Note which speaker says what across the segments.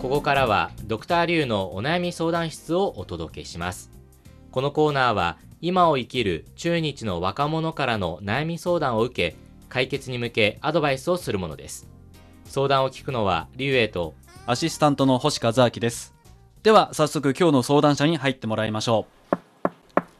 Speaker 1: ここからはドクターリュウのお悩み相談室をお届けしますこのコーナーは今を生きる中日の若者からの悩み相談を受け解決に向けアドバイスをするものです相談を聞くのはリュウエイと
Speaker 2: アシスタントの星和明です。では早速今日の相談者に入ってもらいましょう。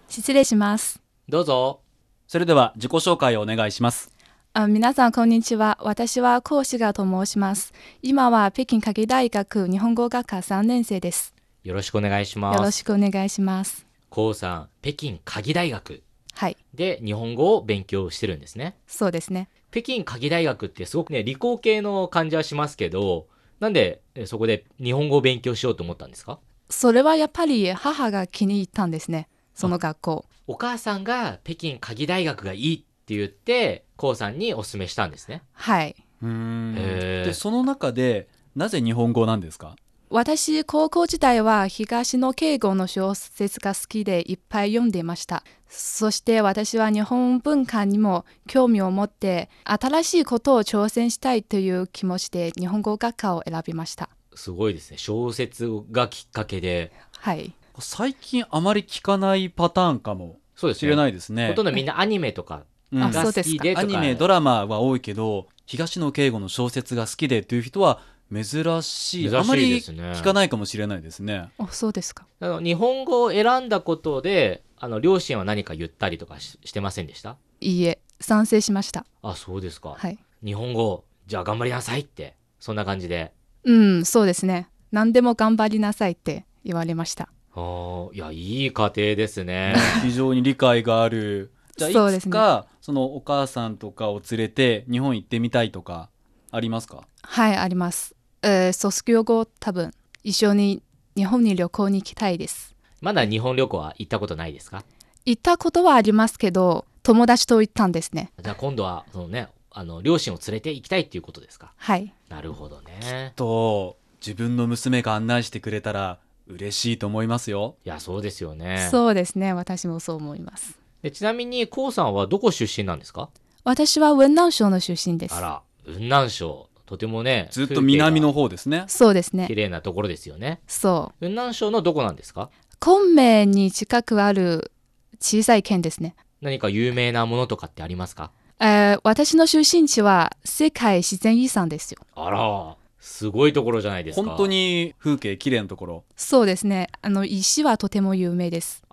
Speaker 3: 失礼します。
Speaker 1: どうぞ
Speaker 2: それでは自己紹介をお願いします。
Speaker 3: あ皆さん、こんにちは。私は講師がと申します。今は北京科技大学日本語学科3年生です。
Speaker 1: よろしくお願いし
Speaker 3: よ
Speaker 1: ます
Speaker 3: ろしくお願いします。
Speaker 1: こうさん北京科技大学
Speaker 3: はい、
Speaker 1: で日本語を勉強してるんですね
Speaker 3: そうですね。
Speaker 1: 北京科技大学ってすごくね理工系の感じはしますけどなんでえそこで日本語を勉強しようと思ったんですか
Speaker 3: それはやっぱり母が気に入ったんですね。その学校。
Speaker 1: お母さんが北京科技大学がいいって言ってこうさんにお勧めしたんですね
Speaker 3: はい。
Speaker 2: うん
Speaker 1: へー
Speaker 2: でその中でなぜ日本語なんですか。
Speaker 3: 私、高校時代は東野敬吾の小説が好きでいっぱい読んでいました。そして私は日本文化にも興味を持って、新しいことを挑戦したいという気持ちで日本語学科を選びました。
Speaker 1: すごいですね小説がきっかけで
Speaker 3: はい。
Speaker 2: 最近あまり聞かないパターンかも
Speaker 1: そうです
Speaker 2: し
Speaker 1: ね
Speaker 2: れないですね。
Speaker 1: ほとんどみんなアニメとか
Speaker 2: うん
Speaker 3: あ
Speaker 1: が
Speaker 3: そ
Speaker 1: 好
Speaker 3: うですか
Speaker 1: きでとか
Speaker 2: アニメドラマは多いけど東野圭吾の小説が好きでという人は珍しい
Speaker 1: 珍
Speaker 2: あま
Speaker 1: しいで
Speaker 2: り
Speaker 1: すね
Speaker 2: 聞かないかもしれないですね。
Speaker 3: あ、そうですか。
Speaker 1: あの日本語を選んだことであの両親は何か言ったりとかししてませんでした
Speaker 3: いいえ、賛成しました。
Speaker 1: あそうですか、
Speaker 3: はい。
Speaker 1: 日本語じゃあ頑張りなさいってそんな感じで
Speaker 3: うん、そうですね。何でも頑張りなさいって言われました。
Speaker 1: あーいやいい家庭です ね
Speaker 2: 非常に理解がある。じゃ
Speaker 3: そ
Speaker 2: あ
Speaker 3: う
Speaker 2: い
Speaker 3: で
Speaker 2: つ
Speaker 3: すね
Speaker 2: かそ,、のお母さんとかを連れて日本行ってみたいとかありますか
Speaker 3: はい、あります。えー、卒業後、多分、一緒に日本に旅行に行きたいです。
Speaker 1: まだ日本旅行は行ったことないですか
Speaker 3: 行ったことはありますけど、友達と行ったんですね。
Speaker 1: じゃあ今度はそのねあの両親を連れて行きたいっていうことですか
Speaker 3: はい。
Speaker 1: なるほどね
Speaker 2: と自分の娘が案内してくれたら嬉しいと思いますよ。
Speaker 1: いやそうですよね
Speaker 3: そうですね。私もそう思います。
Speaker 1: でちなみにこうさんはどこ出身なんですか
Speaker 3: 私は雲南省の出身です
Speaker 1: あ。ら雲南省とてもね
Speaker 2: ずっと南の
Speaker 1: 風
Speaker 2: 方ですね。
Speaker 3: そうです
Speaker 1: 景が綺
Speaker 3: ね。
Speaker 1: 麗なところですよね
Speaker 3: そ
Speaker 1: 雲南省のどこなんですか
Speaker 3: う。昆明に近くある小さい県ですね。
Speaker 1: 何か有名なものとかってありますか
Speaker 3: えー私の出身地は世界自然遺産ですよ。
Speaker 1: あらすごいところじゃないですか
Speaker 2: 本当に風景綺麗なところ。
Speaker 3: そうですね。あの石はとても有名です。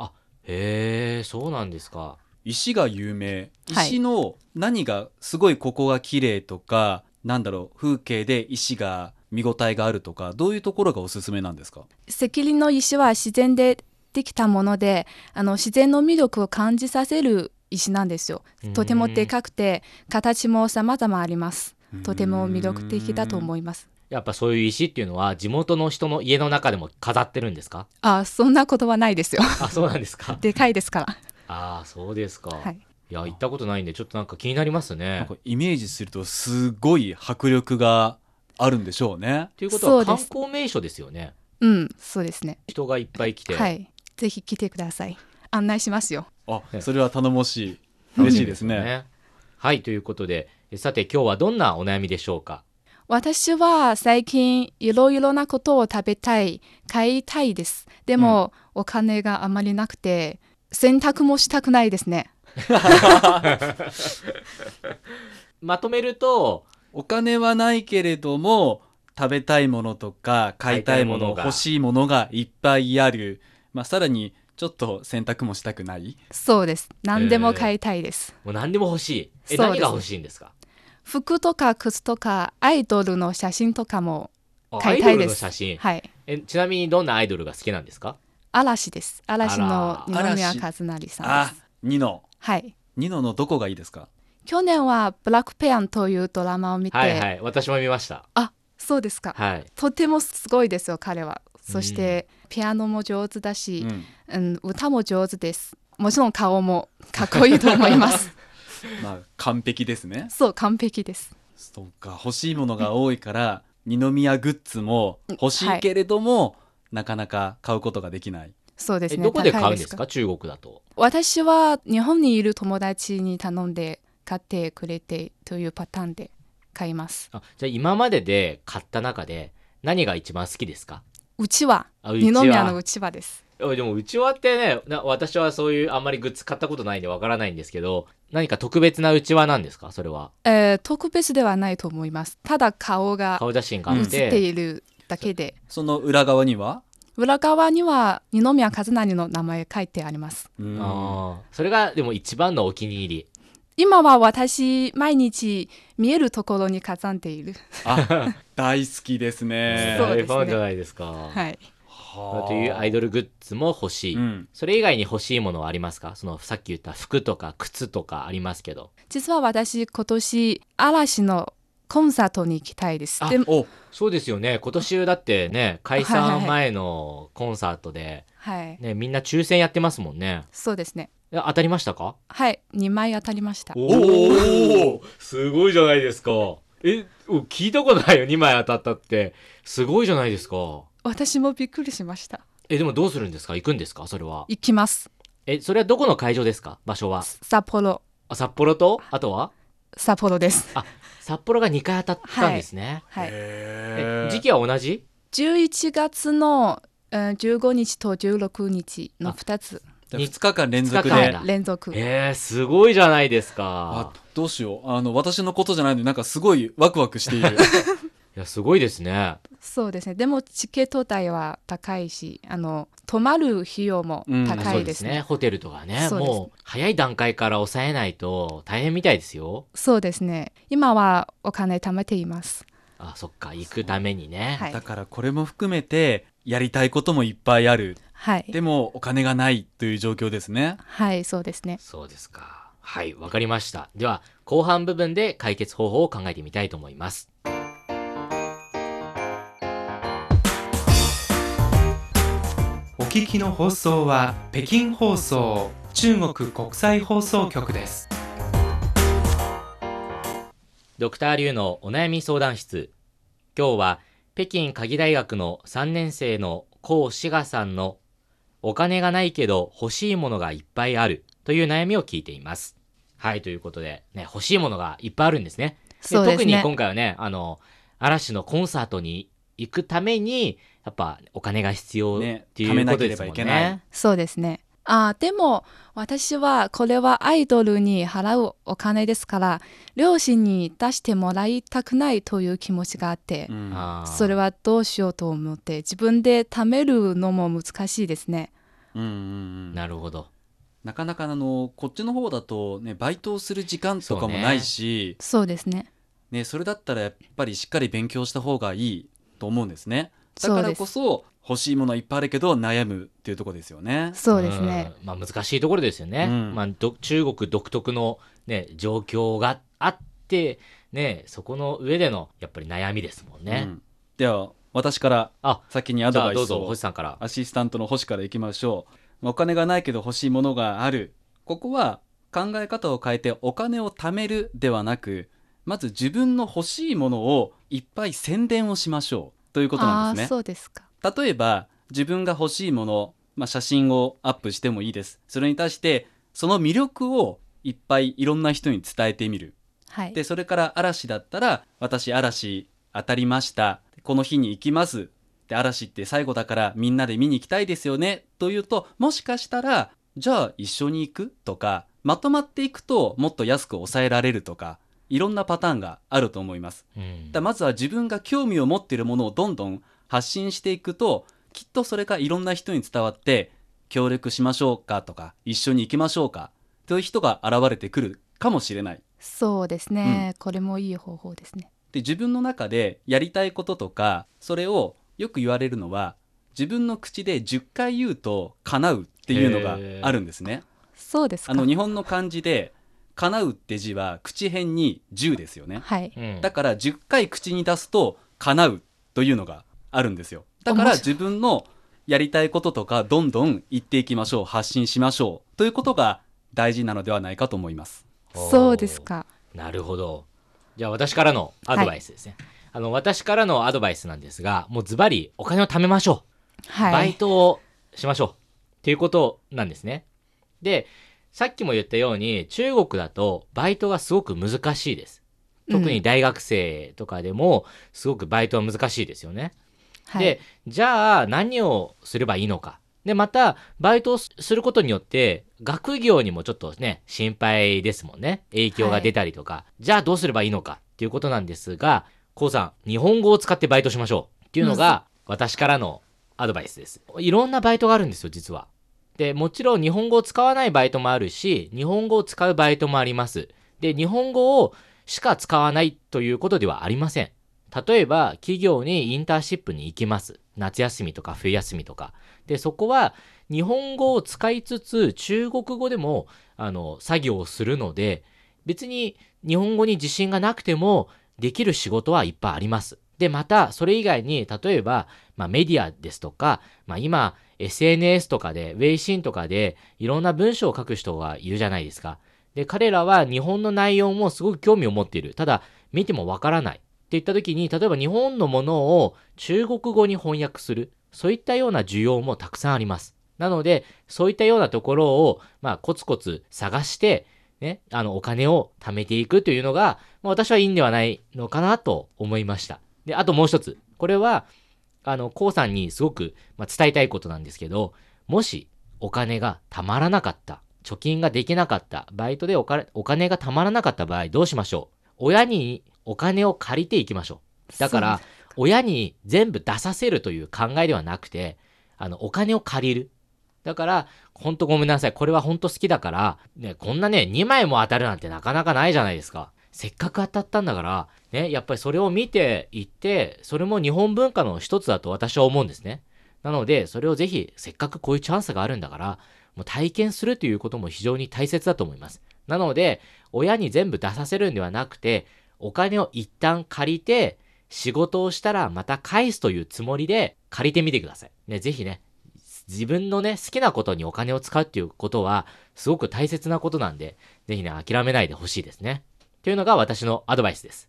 Speaker 1: へえそうなんですか
Speaker 2: 石が有名。
Speaker 3: はい
Speaker 2: 石の何がすごいここが綺麗とか、なんだろう、風景で石が見応えがあるとか、どういうところがおすすめなんですか
Speaker 3: 石林の石は自然でできたもので、あの自然の魅力を感じさせる石なんですよ。とてもで
Speaker 1: い
Speaker 3: かくて形も様々あります。とても魅力的だと
Speaker 2: う
Speaker 3: 思います。
Speaker 1: やっぱそういう石っていうのは地元の人の家の中でも飾ってるん ですか
Speaker 3: あ、そんなことはないですよ。
Speaker 1: あそうなんですか
Speaker 3: でかいですから。
Speaker 1: ああそうですか、、
Speaker 3: はいい。
Speaker 1: や行ったことないんでちょっとなんか気になります
Speaker 2: なん
Speaker 1: ね
Speaker 2: かイメージするとすごい迫力があるんでしょうね。
Speaker 1: ということは
Speaker 3: そう
Speaker 1: 観
Speaker 3: です
Speaker 1: 光名所ですよね
Speaker 3: うん、そうですね。
Speaker 1: 人がいっぱい来て、
Speaker 3: はい。ぜひ来てください。案内しますよ。
Speaker 2: あ
Speaker 1: ね、
Speaker 2: それは頼もしい。嬉しいですね。
Speaker 1: はいということでえさて今日はどんなお悩みでしょうか
Speaker 3: 私は最近いろいろなことを食べたい買いたいですでも、お金があまりなくて洗濯もしたくないですね
Speaker 1: まとめると
Speaker 2: お金はないけれども、食べたいものとか買いたいも
Speaker 1: 買いたいもの
Speaker 2: の
Speaker 1: が
Speaker 2: 欲しいものがいっぱいある。まあ、さらにちょっと洗濯もしたくない。
Speaker 3: そうです何でも買いたいです、
Speaker 1: もう何でも欲しいえ、
Speaker 3: そう
Speaker 1: 何
Speaker 3: です
Speaker 1: が欲しいんですか
Speaker 3: 服とか靴とかアイドルの写真とかも
Speaker 1: あア
Speaker 3: 買
Speaker 1: イ
Speaker 3: いた
Speaker 1: ド
Speaker 3: い
Speaker 1: ル
Speaker 3: で
Speaker 1: の
Speaker 3: す
Speaker 1: 写真、
Speaker 3: はい
Speaker 1: えちなみにどんなアイドルが好きなんですか
Speaker 3: 嵐です嵐の
Speaker 1: あ
Speaker 2: ら
Speaker 3: 二宮
Speaker 2: 嵐
Speaker 3: 和也さん
Speaker 2: あ
Speaker 3: です、
Speaker 2: ニノ。
Speaker 3: はい
Speaker 2: ニノのどこがいいですか
Speaker 3: 去年は「ブラックペアン」というドラマを見て、
Speaker 1: はいはい私も見ました
Speaker 3: あそうですか、
Speaker 1: はい
Speaker 3: とてもすごいですよ彼はそして、ピアノも上手だし、
Speaker 2: うん。
Speaker 3: うん、歌も上手です。もちろん顔もかっこいいと思 います。
Speaker 2: まあ、完璧ですね。
Speaker 3: そう、完璧です。
Speaker 2: そうか欲しいものが多いから二宮グッズも欲しいけれども、なかなか買うことができない
Speaker 3: そうです
Speaker 1: え
Speaker 3: ね。
Speaker 1: どこで買うん
Speaker 3: 高い
Speaker 1: ですか中国だと
Speaker 3: 私は日本にいる友達に頼んで買ってくれてというパターンで買います。
Speaker 1: あじゃあ今までで買った中で何が一番好きですか
Speaker 3: うちわ
Speaker 1: あうち
Speaker 3: 二
Speaker 1: は
Speaker 3: 宮のうちわです
Speaker 1: あでもうちわってねな私はそういうあんまりグッズ買ったことないんでわからないんですけど何か特別なうちわなんですかそれは
Speaker 3: えー特別ではないと思いますただ顔が
Speaker 1: 顔写真があ
Speaker 2: うん
Speaker 1: っ
Speaker 3: 映って
Speaker 1: て、
Speaker 3: いるだけで、
Speaker 2: その裏側には
Speaker 3: 裏側には二宮和也の名前書いてあります
Speaker 2: うん
Speaker 1: あーそれがでも一番のお気に入り
Speaker 3: 今は私毎日見えるところに飾っている、
Speaker 2: あ 大好きですね
Speaker 3: そうですね
Speaker 1: 大ファンじゃないですか、はい、
Speaker 3: はい
Speaker 2: はあ
Speaker 1: というアイドルグッズも欲しい、
Speaker 2: うん
Speaker 1: それ以外に欲しいものはありますかそのさっき言った服とか靴とかありますけど
Speaker 3: 実は私今年嵐のコンサートに行きたいです
Speaker 1: あ
Speaker 3: でも
Speaker 2: お
Speaker 1: そうですよね今年だってね解
Speaker 3: はいはいは
Speaker 1: 散
Speaker 3: い
Speaker 1: 前のコンサートで、
Speaker 3: はい
Speaker 1: ね、みんな抽選やってますもんね
Speaker 3: そうですね
Speaker 1: え当たりましたか
Speaker 3: はい2枚当たりました
Speaker 1: おおすごいじゃないですかえお聞いたことないよ2枚当たったってすごいじゃないですか
Speaker 3: 私もびっくりしました
Speaker 1: えでもどうするんですか行くんですかそれは
Speaker 3: 行きます
Speaker 1: えそれはどこの会場ですか場所は
Speaker 3: 札幌
Speaker 1: あ札幌とあとは
Speaker 3: 札幌です
Speaker 1: 札幌が2回当たったんですね、
Speaker 3: はい
Speaker 2: へ
Speaker 1: え
Speaker 2: ー
Speaker 1: 時期は同じ
Speaker 3: 11月の、うん、15日と16日の
Speaker 1: あ
Speaker 3: 2つ
Speaker 2: じゃあ二日間連続
Speaker 1: 二日
Speaker 3: は
Speaker 1: 間
Speaker 2: で
Speaker 1: だ
Speaker 3: い連続
Speaker 1: えー、すごいじゃないです
Speaker 2: あ
Speaker 1: か
Speaker 2: どうしようあの私のことじゃないのになんかすごいワクワクしている
Speaker 1: いやすごいですね
Speaker 3: そうですねでもチケット代は高いしあの泊まる費用も高
Speaker 1: そう
Speaker 3: い
Speaker 1: で
Speaker 3: ですすね,、
Speaker 1: ねホテルとかね
Speaker 3: そうです
Speaker 1: もう早い段階から抑えないと大変みたいですよ
Speaker 3: そうですね今はお金貯めています
Speaker 1: あそっか行くためにね、
Speaker 3: はい
Speaker 2: だからこれも含めてやりたいこともいっぱいある
Speaker 3: はい
Speaker 2: でもお金がないという状況ですね
Speaker 3: はいそうですね
Speaker 1: そうですか。はい、わかりました。では、後半部分で解決方法を考えてみたいと思います。
Speaker 4: お聞きの放送は北京放送中国国際放送局です。
Speaker 1: ドクターリュウのお悩み相談室。今日は、北京科技大学の3年生の高志賀さんの、お金がないけど欲しいものがいっぱいあるという悩みを聞いています。はい、ということで、ね、欲しいものがいっぱいあるんですね。で
Speaker 3: そうです
Speaker 1: 特に
Speaker 3: ね
Speaker 1: 今回はね、あの、嵐のコンサートに行くために、やっぱお金が必要
Speaker 2: ね
Speaker 1: っていうことですもんね。
Speaker 2: 貯めなければいけない
Speaker 3: そうですねあでも私はこれはアイドルに払うお金ですから両親に出してもらいたくないという気持ちがあって、
Speaker 2: うん
Speaker 1: あー
Speaker 3: それはどうしようと思って自分で貯めるのも難しいですね
Speaker 2: うんうんうん
Speaker 1: なるほど。
Speaker 2: なかなかあのこっちの方だと、ね、バイトをする時間とかもないし
Speaker 3: そうですね
Speaker 2: そ,、ね、それだったらやっぱりしっかり勉強した方がいいと思うんですねだ
Speaker 3: そ
Speaker 2: か
Speaker 3: う
Speaker 2: ら
Speaker 3: で
Speaker 2: こ
Speaker 3: す
Speaker 2: そ欲しいものはいっぱいあるけど悩むっていうところですよね。
Speaker 3: そうですね
Speaker 1: うん。まあ難しいところですよね。
Speaker 2: うん
Speaker 1: まあど中国独特のね状況があってねそこの上でのやっぱり悩みですもんね。
Speaker 2: うんでは私から
Speaker 1: あ
Speaker 2: 先にア
Speaker 1: じ
Speaker 2: ド
Speaker 1: ゃ
Speaker 2: バ
Speaker 1: あ
Speaker 2: イ
Speaker 1: どう
Speaker 2: ス
Speaker 1: ぞ
Speaker 2: を
Speaker 1: 星さんから。
Speaker 2: アシスタントの星からいきましょうまあお金がないけど欲しいものがあるここは考え方を変えてお金を貯めるではなくまず自分の欲しいものをいっぱい宣伝をしましょうということな
Speaker 3: あ
Speaker 2: ん
Speaker 3: あ
Speaker 2: ですね
Speaker 3: そうですか
Speaker 2: 例えば自分が欲しいもの、まあ、写真をアップしてもいいですそれに対してその魅力をいっぱいいろんな人に伝えてみる
Speaker 3: はい
Speaker 2: でそれから嵐だったら「私嵐当たりましたこの日に行きます」で嵐って最後だからみんなで見に行きたいですよねというともしかしたら「じゃあ一緒に行く?」とかまとまっていくともっと安く抑えられるとかいろんなパターンがあると思います。
Speaker 1: うん
Speaker 2: だからまずは自分が興味を持っているものをどんどん発信していくときっとそれがいろんな人に伝わって協力しましょうかとか一緒に行きましょうかという人が現れてくるかもしれない。
Speaker 3: そうですね、これもいい方法ですね
Speaker 2: で自分の中でやりたいこととかそれをよく言われるのは自分の口で10回言うと叶うっていうのがあるんですね。
Speaker 3: そうですか
Speaker 2: あの日本の漢字で叶うって字は口辺に10ですよね。
Speaker 3: はい
Speaker 1: うん
Speaker 2: だから10回口に出すと叶うというのがあるんですよ。だから
Speaker 3: 面白
Speaker 2: 自分のやりたいこととかどんどん言っていきましょう発信しましょうということが大事なのではないかと思います。
Speaker 3: そうですか
Speaker 1: なるほど。じゃあ私からのアドバイスですね。あの私からのアドバイスなんですが、もうズバリお金を貯めましょう。
Speaker 3: は
Speaker 1: バイ
Speaker 3: い
Speaker 1: トをしましょうっていうことなんですね。で、さっきも言ったように中国だとバイトがすごく難しいです。特に大学生とかでもすごくバイトは難しいですよね。
Speaker 3: はい
Speaker 1: でじゃあ何をすればいいのかでまたバイトをすすることによって学業にもちょっとね心配ですもんね影響が出たりとか、じゃあどうすればいいのかっていうことなんですがこうさん日本語を使ってバイトしましょうっていうのが私からのアドバイスですいろんなバイトがあるんですよ実はでもちろん日本語を使わないバイトもあるし日本語を使うバイトもありますで日本語をしか使わないということではありません例えば企業にインターンシップに行きます夏休みとか冬休みとかでそこは日本語を使いつつ中国語でもあの作業をするので別に日本語に自信がなくてもできる仕事はいっぱいありますでまたそれ以外に例えば、まあ、メディアですとか、まあ、今 SNS とかでウェイシンとかでいろんな文章を書く人がいるじゃないですかで彼らは日本の内容もすごく興味を持っているただ見てもわからないっていった時に例えば日本のものを中国語に翻訳するそういったような需要もたくさんありますなのでそういったようなところを、まあ、コツコツ探して、ね、あのお金を貯めていくというのが、まあ、私はいいんではないのかなと思いましたであともう一つこれはあの k さんにすごく、まあ、伝えたいことなんですけどもしお金がたまらなかった貯金ができなかったバイトでお金お金がたまらなかった場合どうしましょう親にお金を借りていきましょうだから
Speaker 3: そう
Speaker 1: 親に全部出させるという考えではなくてあのお金を借りるだからほんとごめんなさいこれはほんと好きだから、ね、こんなね2枚も当たるなんてなかなかないじゃないですかせっかく当たったんだからねやっぱりそれを見ていってそれも日本文化の一つだと私は思うんですねなのでそれをぜひせっかくこういうチャンスがあるんだからもう体験するということも非常に大切だと思いますなので親に全部出させるんではなくてお金を一旦借りて仕事をしたらまた返すというつもりで借りてみてください。ね、ぜひね、自分のね、好きなことにお金を使うっていうことは、すごく大切なことなんで、ぜひね、諦めないでほしいですね。というのが私のアドバイスです。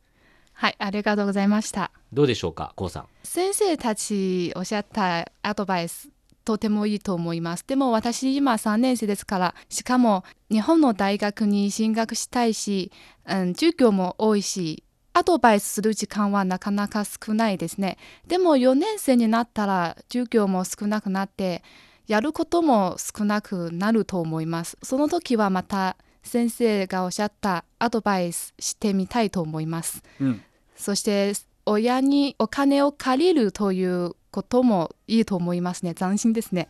Speaker 3: はい、ありがとうございました。
Speaker 1: どうでしょうか、こうさん。
Speaker 3: 先生たちおっしゃったアドバイスとてもいいと思いますでも私今3年生ですからしかも日本の大学に進学したいし、うん、授業も多いしアドバイスする時間はなかなか少ないですねでも4年生になったら授業も少なくなってやることも少なくなると思いますその時はまた先生がおっしゃったアドバイスしてみたいと思います
Speaker 2: うん、
Speaker 3: そして親にお金を借りるということもいいと思いますね。斬新ですね。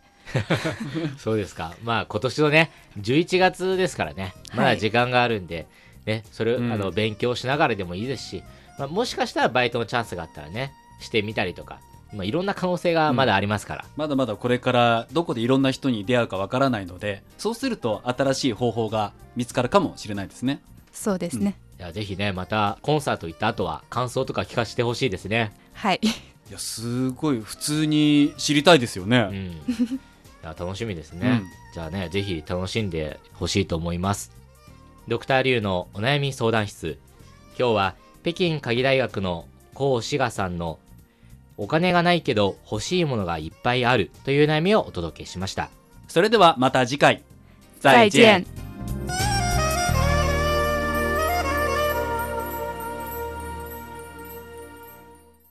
Speaker 1: そうですか。まあ今年のね、11月ですからね、ま
Speaker 3: は
Speaker 1: だ
Speaker 3: い
Speaker 1: 時間があるんで、ね、それ、
Speaker 2: うん
Speaker 1: あの勉強しながらでもいいですし、まあ、もしかしたらバイトのチャンスがあったらね、してみたりとか、まあ、いろんな可能性がまだありますから、
Speaker 2: まだまだこれからどこでいろんな人に出会うかわからないのでそうすると新しい方法が見つかるかもしれないですね
Speaker 3: そうですね。
Speaker 1: いやぜひねまたコンサート行った後は感想とか聞かせてほしいですね。
Speaker 3: はい。
Speaker 2: いやすごい普通に知りたいですよ
Speaker 1: う ん、
Speaker 2: ね、
Speaker 1: いや楽しみですね。じゃあねぜひ楽しんでほしいと思います。ドクターリュウのお悩み相談室今日は北京科技大学の高志賀さんのお金がないけど欲しいものがいっぱいあるという悩みをお届けしました。
Speaker 2: それではまた次回
Speaker 3: 再见